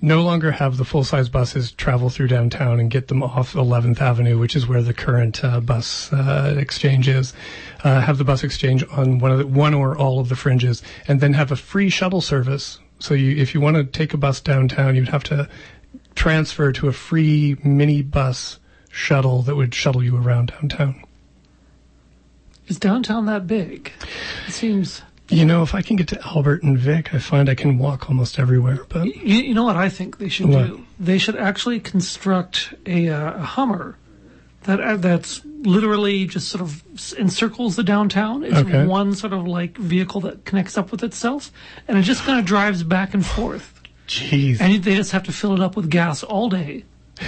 no longer have the full size buses travel through downtown and get them off 11th Avenue, which is where the current uh, bus uh, exchange is. Uh, have the bus exchange on one of the, one or all of the fringes, and then have a free shuttle service So you, if you want to take a bus downtown, you'd have to transfer to a free mini bus shuttle that would shuttle you around downtown.
Is downtown that big? It seems.
You know, if I can get to Albert and Vic, I find I can walk almost everywhere. But
You, you know what I think they should
What?
do? They should actually construct a, uh, a Hummer that uh, that's literally just sort of s- encircles the downtown. It's
Okay.
one sort of like vehicle that connects up with itself, and it just kind of drives back and forth.
jeez,
And they just have to fill it up with gas all day.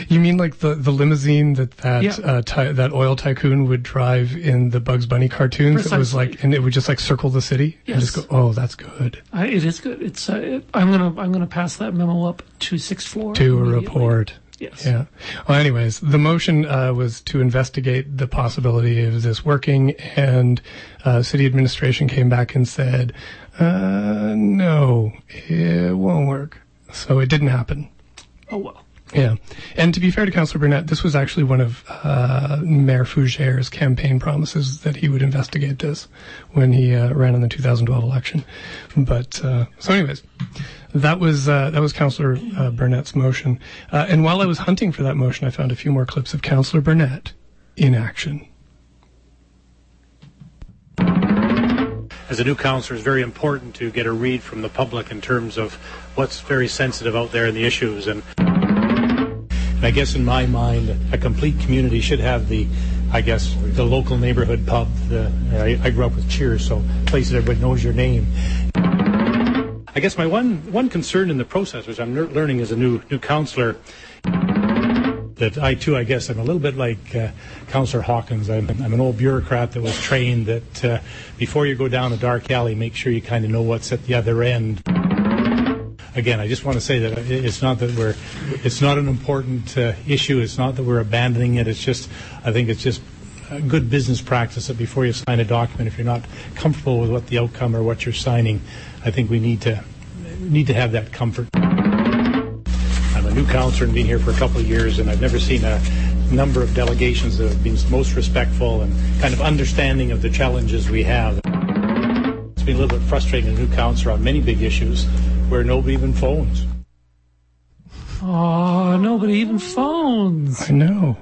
you mean like the, the limousine that that
Yeah.
uh, ty- that oil tycoon would drive in the Bugs Bunny cartoons? It was
Precisely.
like, and it would just like circle the city and just
Yes.
go. Oh, that's good.
I, it is good. It's uh, it, I'm gonna I'm gonna pass that memo up to sixth floor
to a
immediately.
report.
Yes.
Yeah. Well, anyways, the motion uh, was to investigate the possibility of this working, and uh, city administration came back and said, uh, "No, it won't work." So it didn't happen.
Oh well.
Yeah. And to be fair to Councillor Burnett, this was actually one of uh, Mayor Fougiere's campaign promises that he would investigate this when he uh, ran in the 2012 election. But uh, so, anyways, that was uh, that was Councillor uh, Burnett's motion. Uh, and while I was hunting for that motion, I found a few more clips of Councillor Burnett in action.
as a new counselor, it's very important to get a read from the public in terms of what's very sensitive out there in the issues. And, and I guess in my mind, a complete community should have the, I guess, the local neighborhood pub. The, I, I grew up with Cheers, so places everybody knows your name. I guess my one one concern in the process, which I'm lear- learning as a new new counselor, that I too, I guess, I'm a little bit like uh, Councillor Hawkins. I'm, I'm an old bureaucrat that was trained that uh, before you go down a dark alley, make sure you kind of know what's at the other end. Again, I just want to say that it- it's not that we're, it's not an important uh, issue. It's not that we're abandoning it. It's just, I think it's just a good business practice that before you sign a document, if you're not comfortable with what the outcome or what you're signing, I think we need to need to have that comfort. I'm a new counselor and been here for a couple of years, and I've never seen a number of delegations that have been most respectful and kind of understanding of the challenges we have. It's been a little bit frustrating as a new counselor on many big issues where nobody even phones.
Oh, nobody even phones.
I know.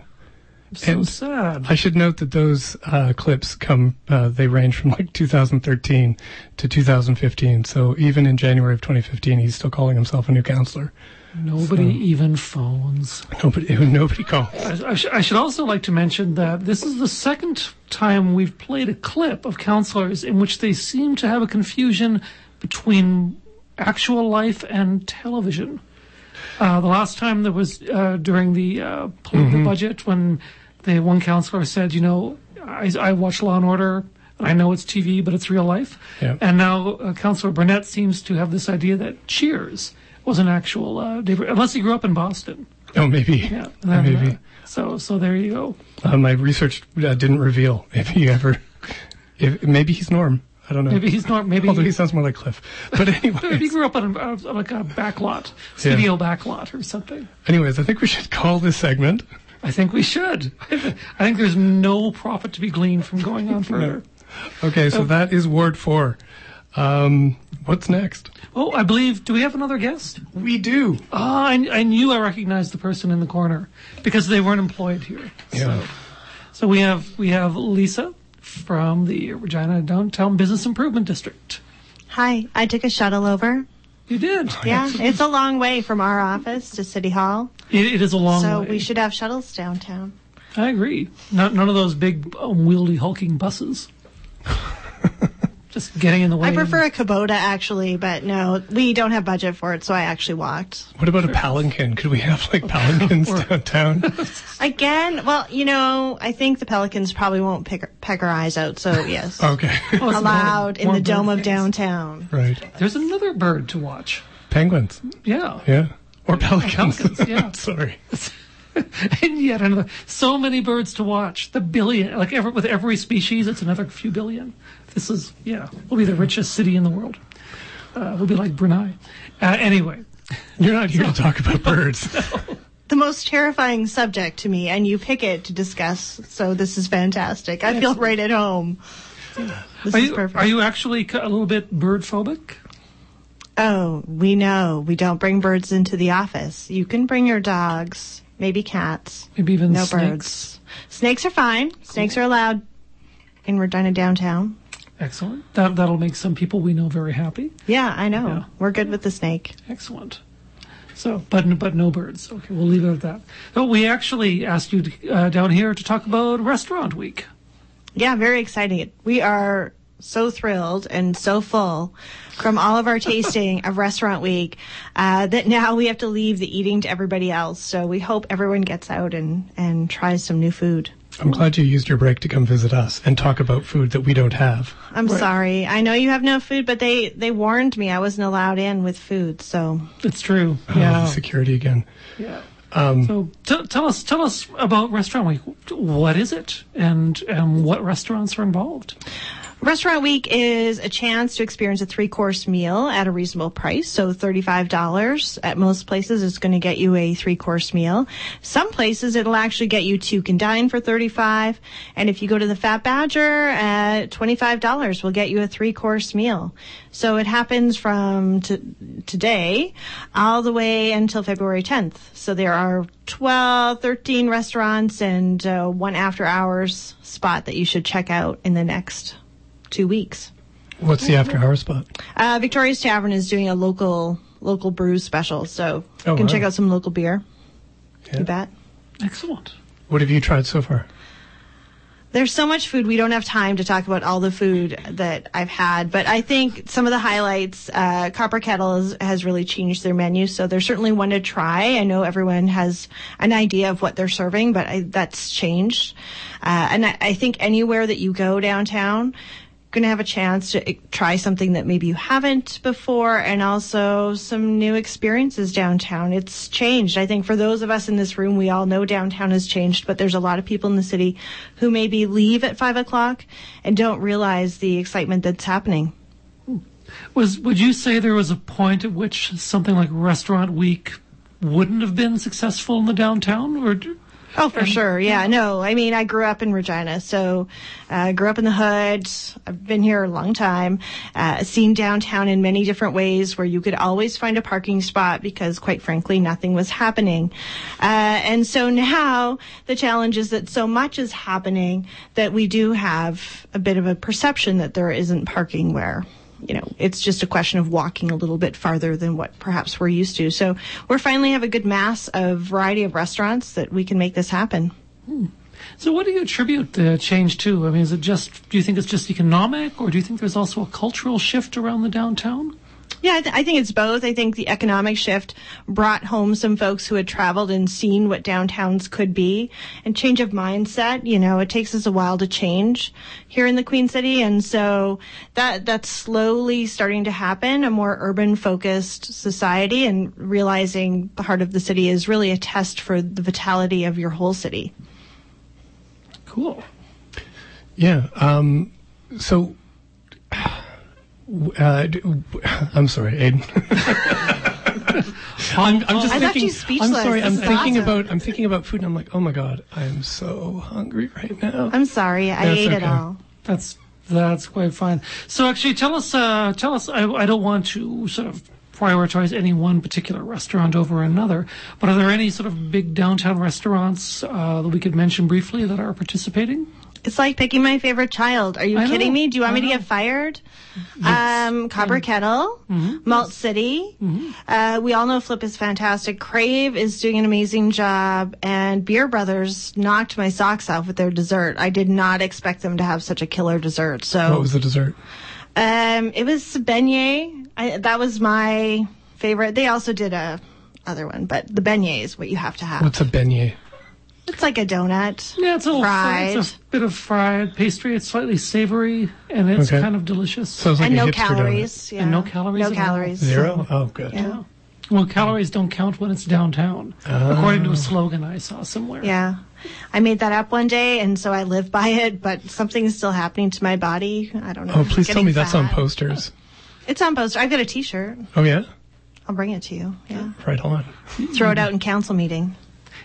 So
And-
sad.
I should note that those uh, clips come, uh, they range from like 2013 to 2015. So even in January of 2015, he's still calling himself a new counselor.
Nobody even phones.
Nobody, nobody calls.
I, I sh- I should also like to mention that this is the second time we've played a clip of counselors in which they seem to have a confusion between actual life and television. Uh, the last time that was uh, during the uh, political budget when the one counselor said, you know, I, I watch Law and Order. and I know it's TV, but it's real life.
Yeah.
And now uh, Councillor Burnett seems to have this idea that Cheers was an actual, uh, David- unless he grew up in Boston.
Oh, maybe.
Yeah,
Uh,
then,
maybe.
uh, so so there you go.
Uh, my research uh, didn't reveal if he ever, if maybe he's Norm. I don't know.
Maybe he's not. Maybe
Although he sounds more like Cliff. But
maybe he
anyways,
grew up on, a, on like a back lot, studio back lot or something.
anyways, I think we should call this segment.
I think we should. I think there's no profit to be gleaned from going on further.
Okay, so that is Ward 4. Um, what's next?
Oh, I believe. Do we have another guest?
We do.
Ah, I, I knew I recognized the person in the corner because they weren't employed here.
Yeah.
So we have we have Lisa from the Regina Downtown Business Improvement District.
Hi, I took a shuttle over.
You did.
Yeah, it's a long way from our office to City Hall,
It, it is a long
so
way.
we should have shuttles downtown.
I agree. Not, none of those big, unwieldy, hulking buses. Just getting in the way.
I prefer a Kubota actually, but no, we don't have budget for it, so I actually walked.
What about a palanquin? Could we have like palankins downtown?
Again, well, you know, I think the Pelicans probably won't pick, peck our eyes out, so yes.
Okay.
Oh, it's
Allowed
more-
in
more
the dome
bird
of
things.
downtown.
right.
There's another bird to watch.
Penguins.
Yeah.
Yeah. Or pelicans.
pelicans, yeah.
Sorry.
and yet another. So many birds to watch. The billion. Like every, with every species, it's another few billion. This is, yeah, we'll be the richest city in the world. Uh, we'll be like Brunei. Uh, anyway,
You're not here to talk about birds.
The most terrifying subject to me, and you pick it to discuss, so this is fantastic. I feel right at home. This
are
is
you,
perfect.
are you actually ca- a little bit bird phobic?
Oh, we know. We don't bring birds into the office. You can bring your dogs, maybe cats.
Maybe even
no
snakes.
birds. Snakes are fine. Snakes are allowed in Regina downtown.
Excellent. That that'll make some people we know very happy.
Yeah, I know. We're good with the snake.
Excellent. So, but but no birds. Okay, we'll leave it at that. But we actually asked you to, uh, down here to talk about Restaurant Week.
Yeah, very exciting. We are so thrilled and so full from all of our tasting of Restaurant Week uh, that now we have to leave the eating to everybody else. So we hope everyone gets out and, and tries some new food.
I'm glad you used your break to come visit us and talk about food that we don't have.
I'm sorry. I know you have no food, but they, they warned me I wasn't allowed in with food. So
It's true.
Oh,
yeah.
security again.
Yeah. Um, so t- tell us, tell us about Restaurant Week. What is it, and and what restaurants are involved?
Restaurant Week is a chance to experience a three course meal at a reasonable price. So $35 at most places is going to get you a three course meal. Some places it'll actually get you two can dine for 35. And if you go to the Fat Badger at $25 will get you a three course meal. So it happens from t- today all the way until February 10th. So there are 12, 13 restaurants and uh, one after hours spot that you should check out in the next two weeks.
What's the after hour spot?
Uh, Victoria's Tavern is doing a local local brew special, so
Oh,
you can
wow.
check out some local beer.
Yeah.
You bet.
Excellent.
What have you tried so far?
There's so much food. We don't have time to talk about all the food that I've had, but I think some of the highlights, uh, Copper Kettle has, has really changed their menu. So there's certainly one to try. I know everyone has an idea of what they're serving, but I, that's changed. Uh, and I, I think anywhere that you go downtown, going to have a chance to eh, try something that maybe you haven't before and also some new experiences downtown. It's changed. I think for those of us in this room, we all know downtown has changed, but there's a lot of people in the city who maybe leave at five o'clock and don't realize the excitement that's happening.
Was would you say there was a point at which something like Restaurant Week wouldn't have been successful in the downtown, or d-
Oh, for sure. Yeah. No, I mean, I grew up in Regina. So I grew up in the hood. I've been here a long time. Uh, seen downtown in many different ways where you could always find a parking spot because, quite frankly, nothing was happening. Uh, and so now the challenge is that so much is happening that we do have a bit of a perception that there isn't parking where you know, it's just a question of walking a little bit farther than what perhaps we're used to. So we're finally have a good mass of variety of restaurants that we can make this happen.
so? What do you attribute the change to? I mean, is it just? Do you think it's just economic, or do you think there's also a cultural shift around the downtown?
Yeah, I, th- I think it's both. I think the economic shift brought home some folks who had traveled and seen what downtowns could be and change of mindset. You know, it takes us a while to change here in the Queen City. And so that, that's slowly starting to happen, a more urban focused society and realizing the heart of the city is really a test for the vitality of your whole city.
Cool.
Yeah. Um, so, uh, d- I'm sorry, Aiden. I'm, I'm just
I left
thinking.
you speechless.
I'm sorry. I'm
This is
thinking
awesome.
about. I'm thinking about food, and I'm like, oh my god, I'm so hungry right now.
I'm sorry. I
That's
ate it
okay.
all.
That's that's quite fine. So actually, tell us, uh, tell us. I, I don't want to sort of prioritize any one particular restaurant over another, but are there any sort of big downtown restaurants uh, that we could mention briefly that are participating?
It's like picking my favorite child. Are you
I
kidding
know.
me? Do you want
I
me to
know. Mm-hmm.
get fired? Um, Copper Kettle, Malt City. Uh, we all know Flip is fantastic. Crave is doing an amazing job, and Beer Brothers knocked my socks off with their dessert. I did not expect them to have such a killer dessert. So
What was the dessert?
um, it was beignet. I, that was my favorite. They also did a other one, but the beignet is what you have to have.
What's a beignet?
It's like a donut.
Yeah, it's a little
fried.
It's a bit of fried pastry. It's slightly savory and it's
Okay.
kind of delicious.
So it's like
and
a
no
hipster donut.
calories. Yeah.
And no calories
No
at all.
calories.
Zero. Oh, good.
Yeah.
well, calories don't count when it's downtown, according to a slogan I saw somewhere.
Yeah. I made that up one day and so I live by it, but something's still happening to my body. I don't know.
Oh, please tell
Getting
me that's on
fat.
posters.
It's on poster. I've got a t shirt.
Oh yeah.
I'll bring it to you. Yeah.
Right on.
Throw it out in council meeting.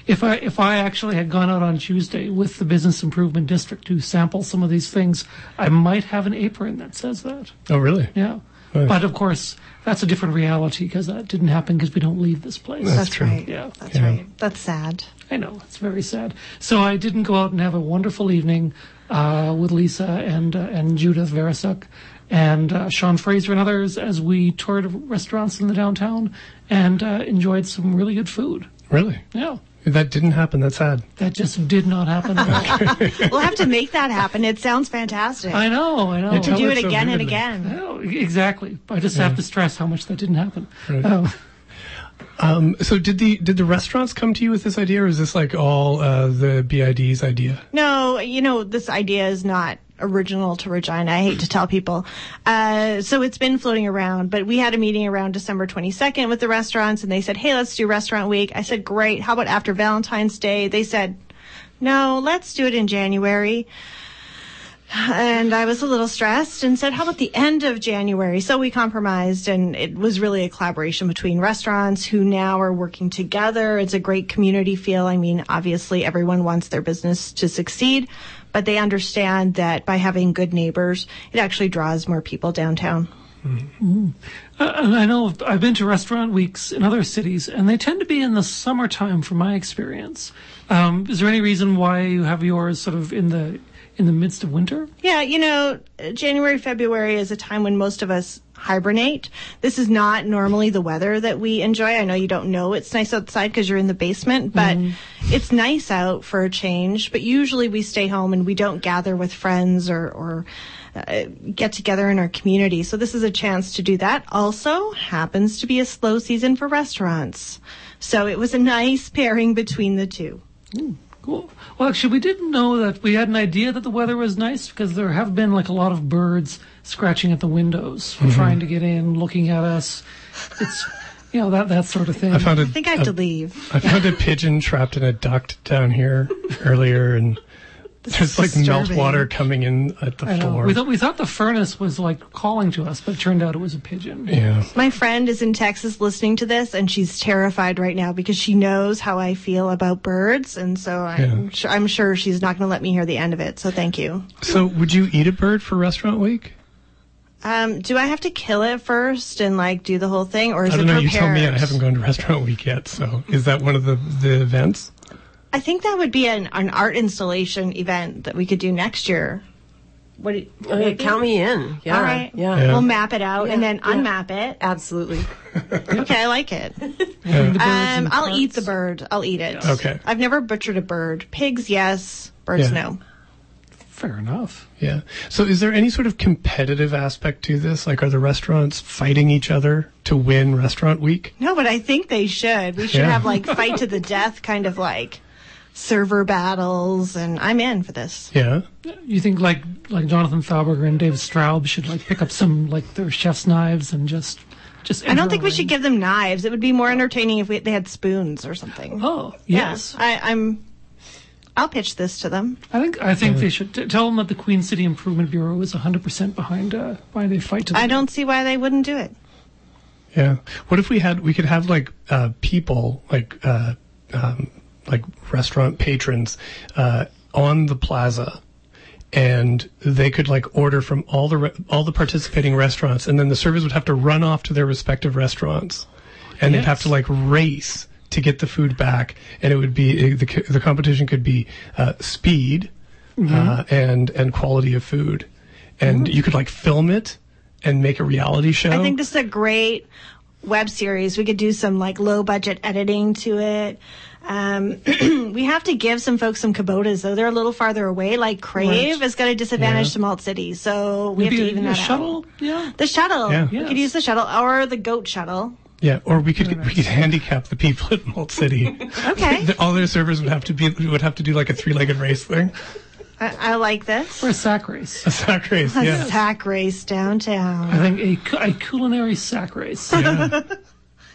If I if I actually had gone out on Tuesday with the business improvement district to sample some of these things, I might have an apron that says that.
Oh really?
Yeah.
Right.
But of course, that's a different reality because that didn't happen because we don't leave this place.
That's, right.
Yeah.
That's right. That's sad.
I know it's very sad. So I didn't go out and have a wonderful evening uh, with Lisa and uh, and Judith Verasuk and uh, Sean Fraser and others as we toured restaurants in the downtown and uh, enjoyed some really good food.
Really?
Yeah,
That didn't happen. That's sad.
that just did not happen.
we'll have to make that happen. It sounds fantastic.
I know. I know.
To do it
so
again and
vividly.
again.
Oh, e- exactly. I just have to stress how much that didn't happen.
Right.
Um,
Um, so did the did the restaurants come to you with this idea, or is this like all uh, the BID's idea?
No, you know, this idea is not original to Regina. I hate to tell people. Uh, so it's been floating around, but we had a meeting around December 22nd with the restaurants and they said, Hey, let's do restaurant week. I said, Great. How about after Valentine's Day? They said, No, let's do it in January. And I was a little stressed and said, How about the end of January? So we compromised, and it was really a collaboration between restaurants who now are working together. It's a great community feel. I mean, obviously, everyone wants their business to succeed, but they understand that by having good neighbors, it actually draws more people downtown.
Uh, and I know I've been to restaurant weeks in other cities, and they tend to be in the summertime, from my experience. Um, is there any reason why you have yours sort of in the in the midst of winter?
Yeah, you know, uh, January, February is a time when most of us hibernate. This is not normally the weather that we enjoy. I know you don't know it's nice outside because you're in the basement, but it's nice out for a change. But usually we stay home and we don't gather with friends or, or uh, get together in our community. So this is a chance to do that. Also happens to be a slow season for restaurants. So it was a nice pairing between the two.
Cool. Well, actually, we didn't know that. We had an idea that the weather was nice because there have been like a lot of birds scratching at the windows, trying to get in, looking at us. It's you know that that sort of thing.
I found a,
I think I have to leave.
I found a pigeon trapped in a duct down here earlier, and there's like
disturbing.
meltwater coming in at the
I know.
floor.
uh, We thought we thought the furnace was like calling to us, but it turned out it was a pigeon.
yeah.
My friend is in Texas listening to this, and she's terrified right now because she knows how I feel about birds, and so I'm,
Yeah.
su- I'm sure she's not going to let me hear the end of it. So thank you.
So would you eat a bird for Restaurant Week?
Um, do I have to kill it first and like do the whole thing, or is
I don't
it
know.
prepared?
You tell me. I haven't gone to Restaurant Week yet. So is that one of the the events?
I think that would be an, an art installation event that we could do next year. What? do you-
Oh, yeah, count me in. Yeah.
All right.
Yeah.
Yeah.
We'll map it out and
Yeah,
then
yeah.
unmap it.
Absolutely.
Okay, I like it.
The birds
Um,
and
I'll
parrots.
eat the bird. I'll eat it.
Okay.
I've never butchered a bird. Pigs, yes. Birds,
Yeah.
no.
Fair enough.
Yeah. So is there any sort of competitive aspect to this? Like, are the restaurants fighting each other to win Restaurant Week?
No, but I think they should. We should
Yeah.
have like fight to the death kind of like server battles, and I'm in for this.
Yeah.
You think like like Jonathan Thalberger and David Straub should like pick up some like their chef's knives and just just.
I don't think we should give them knives. It would be more entertaining if we, they had spoons or something.
Oh
Yeah.
yes,
I, I'm. I'll pitch this to them.
I think I think they should t- tell them that the Queen City Improvement Bureau is 100 percent behind uh, why they fight to. The
I don't see why they wouldn't do it.
Yeah. What if we had, we could have like, uh, people, like, uh, um, like restaurant patrons, uh, on the plaza and they could like order from all the, re- all the participating restaurants and then the servers would have to run off to their respective restaurants and they'd have to like race to get the food back and it would be, eh, the, the competition could be, uh, speed,
Mm-hmm.
uh, and, and quality of food. And you could like film it and make a reality show.
I
Oh.
think this is a great web series. We could do some like low budget editing to it. Um, we have to give some folks some Kubotas though. They're a little farther away. Like Crave
Right.
is got a disadvantage
Yeah.
to Malt City, so we
Maybe
have
a-
to even
a
that
shuttle?
out.
Yeah.
the shuttle.
Yeah.
We could
Yes.
use the shuttle or the goat shuttle.
Yeah, or we could we could handicap the people at Malt City.
Okay,
The- All their servers would have to be would have to do like a three legged race thing,
I, I like this.
for a sack race.
a sack race.
A
Yeah,
sack race downtown.
I think a, cu- a culinary sack race.
yeah.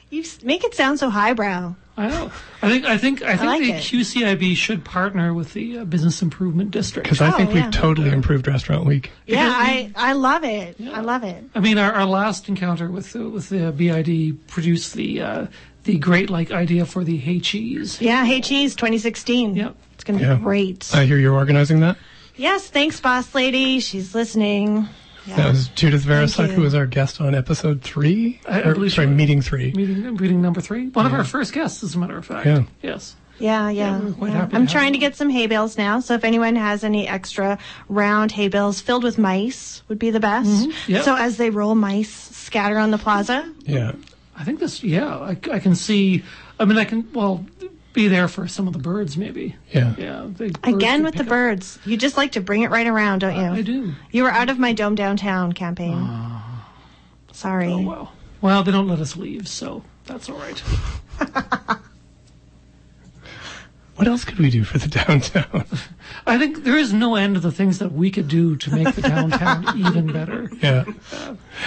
You s- make it sound so highbrow.
I know. I think I think I think
like
the
it.
QCIB should partner with the uh, Business Improvement District.
Because I think
Oh, yeah.
we've totally improved Restaurant Week.
Yeah, I, I love it. I love it.
I mean, our, our last encounter with the, with the BID produced the uh, the great like idea for the Hey Cheese.
Yeah, Hey Cheese 2016.
Yep.
It's going to
Yeah.
be great.
I hear you're organizing that.
Yes, thanks, boss lady. She's listening. Yeah.
That was Judith Verisak,
you.
who was our guest on episode three.
I- I
Or,
believe
sorry,
so.
meeting three.
Meeting, meeting number three. One of our first guests, as a matter of fact.
Yeah.
Yes.
Yeah, yeah.
we're quite
yeah.
happy to
I'm
have
trying to get some hay bales now, so if anyone has any extra round hay bales filled with mice, would be the best.
yeah.
So as they roll, mice scatter on the plaza.
Yeah.
I think this, yeah, I, c- I can see. I mean, I can, well, be there for some of the birds, maybe.
Yeah.
Yeah. they- birds
Again
could
with the
pick up-
birds, you just like to bring it right around, don't you?
I do. Ah.
You were out of my dome downtown campaign. Sorry.
Oh, wow. Well, they don't let us leave, so that's all right.
What else could we do for the downtown?
I think there is no end to the things that we could do to make the downtown even better.
yeah.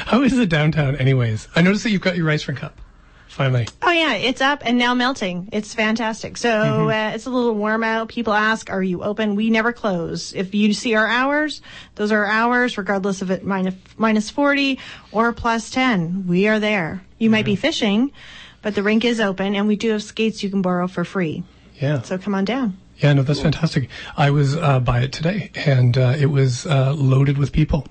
How is the downtown, anyways? I noticed that you've got your rice drink up. Finally.
Oh yeah, it's up and now melting. It's fantastic. So
Mm-hmm.
uh, it's a little warm out. People ask, "Are you open?" We never close. If you see our hours, those are our hours, regardless of it minus minus forty or plus ten. We are there. You might be fishing, but the rink is open, and we do have skates you can borrow for free.
Yeah.
So come on down.
Yeah, no, that's fantastic. I was uh, by it today, and uh, it was uh, loaded with people.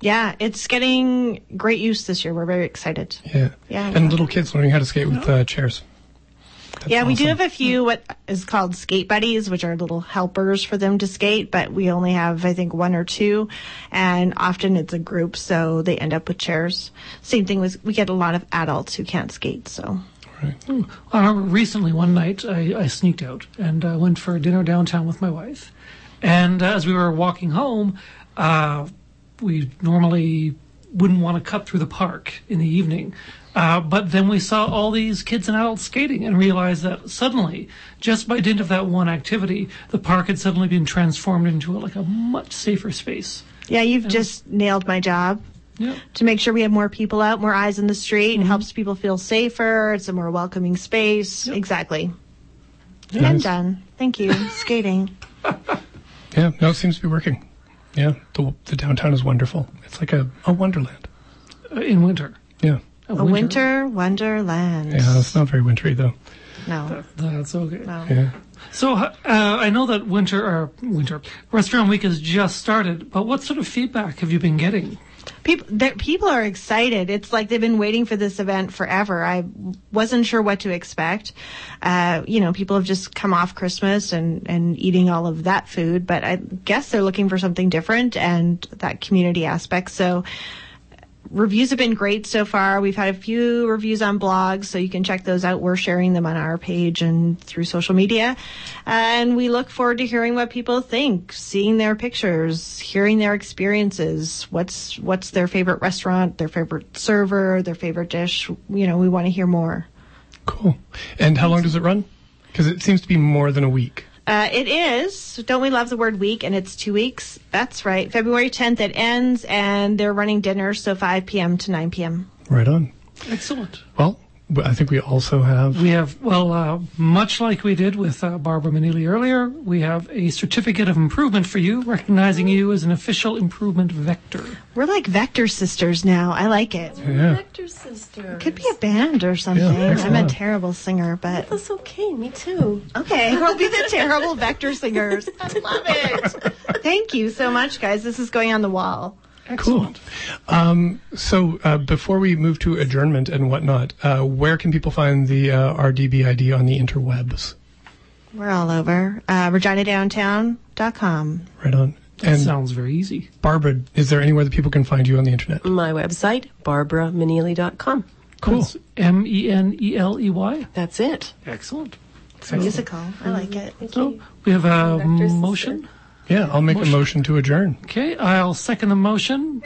Yeah, it's getting great use this year. We're very excited.
Yeah.
Yeah.
And little kids learning how to skate with uh, chairs.
yeah, we do
awesome. Hmm.
have a few what is called skate buddies, which are little helpers for them to skate, but we only have, I think, one or two. And often it's a group, so they end up with chairs. Same thing with, we get a lot of adults who can't skate, so.
I remember Uh, recently one night I, I sneaked out and I went for dinner downtown with my wife. And uh, as we were walking home, uh, we normally wouldn't want to cut through the park in the evening. Uh, but then we saw all these kids and adults skating and realized that suddenly, just by dint of that one activity, the park had suddenly been transformed into like a much safer space.
Yeah,
Oh.
you've just nailed my job.
Yeah.
To make sure we have more people out, more eyes in the street,
Mm-hmm.
it helps people feel safer. It's a more welcoming space. Exactly. And
Nice.
done. Thank you. Skating.
Yeah, no, it seems to be working. Yeah, the, the downtown is wonderful. It's like a, a wonderland.
Uh, in winter.
Yeah.
A winter wonderland.
Yeah, it's not very wintry, though.
No.
That's okay.
No.
Yeah.
So uh, I know that winter or winter restaurant week has just started, but what sort of feedback have you been getting?
People, that people are excited. It's like they've been waiting for this event forever. I wasn't sure what to expect. Uh, you know, people have just come off Christmas and and eating all of that food, but I guess they're looking for something different and that community aspect. So. Reviews have been great so far. We've had a few reviews on blogs, so you can check those out. We're sharing them on our page and through social media. And we look forward to hearing what people think, seeing their pictures, hearing their experiences. What's what's their favorite restaurant, their favorite server, their favorite dish? You know, we want to hear more.
Cool. And how long does it run? Because it seems to be more than a week.
Uh, it is. Don't we love the word week? And it's two weeks. That's right. February 10th it ends, and they're running dinners, so 5 p.m. to 9 p.m.
Right on.
Excellent.
Well, but I think we also have.
We have, well, uh, much like we did with uh, Barbara Manili earlier, we have a certificate of improvement for you, recognizing you as an official improvement vector.
We're like Vector Sisters now. I like it.
Yeah.
Vector sister.
Could be a band or something.
Yeah,
I'm a
yeah.
terrible singer, but
That's okay. Me too.
okay, we'll be the terrible Vector Singers. I love it. Thank you so much, guys. This is going on the wall.
Cool. Um, so uh, before we move to adjournment and whatnot, uh, where can people find the uh, RDBID on the interwebs?
We're all over. Uh, ReginaDowntown.com.
Right on. And
Sounds very easy.
Barbara, is there anywhere that people can find you on the internet?
My website, barbaramanili.com.
Cool.
M E N E L E Y.
That's it.
Excellent.
It's musical. I like it.
So we have a
Vector sister.
motion.
Yeah, I'll make a motion to adjourn.
Okay, I'll second the motion.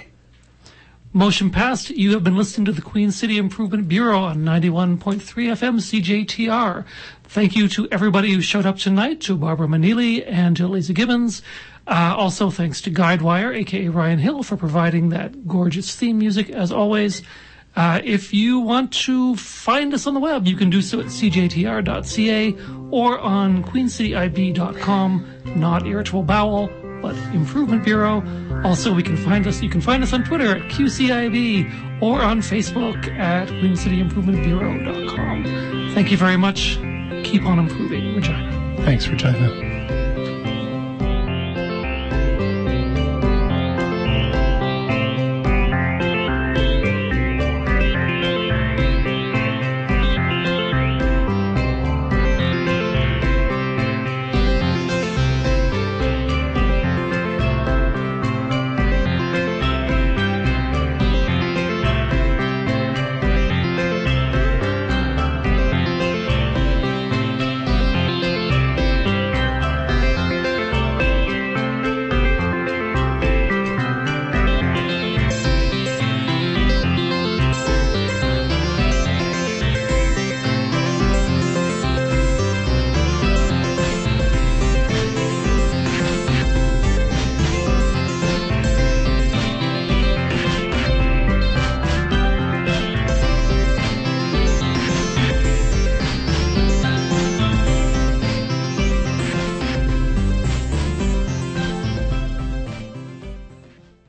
Motion passed. You have been listening to the Queen City Improvement Bureau on 91.3 FM CJTR. Thank you to everybody who showed up tonight, to Barbara Manili and to Lisa Gibbons. Uh, also, thanks to Guidewire, aka Ryan Hill, for providing that gorgeous theme music as always. Uh, if you want to find us on the web, you can do so at cjtr.ca or on queencityib.com, not irritable bowel, but Improvement Bureau. Also, we can find us. You can find us on Twitter at QCIB or on Facebook at queencityimprovementbureau.com. Thank you very much. Keep on improving, Regina.
Thanks, Regina.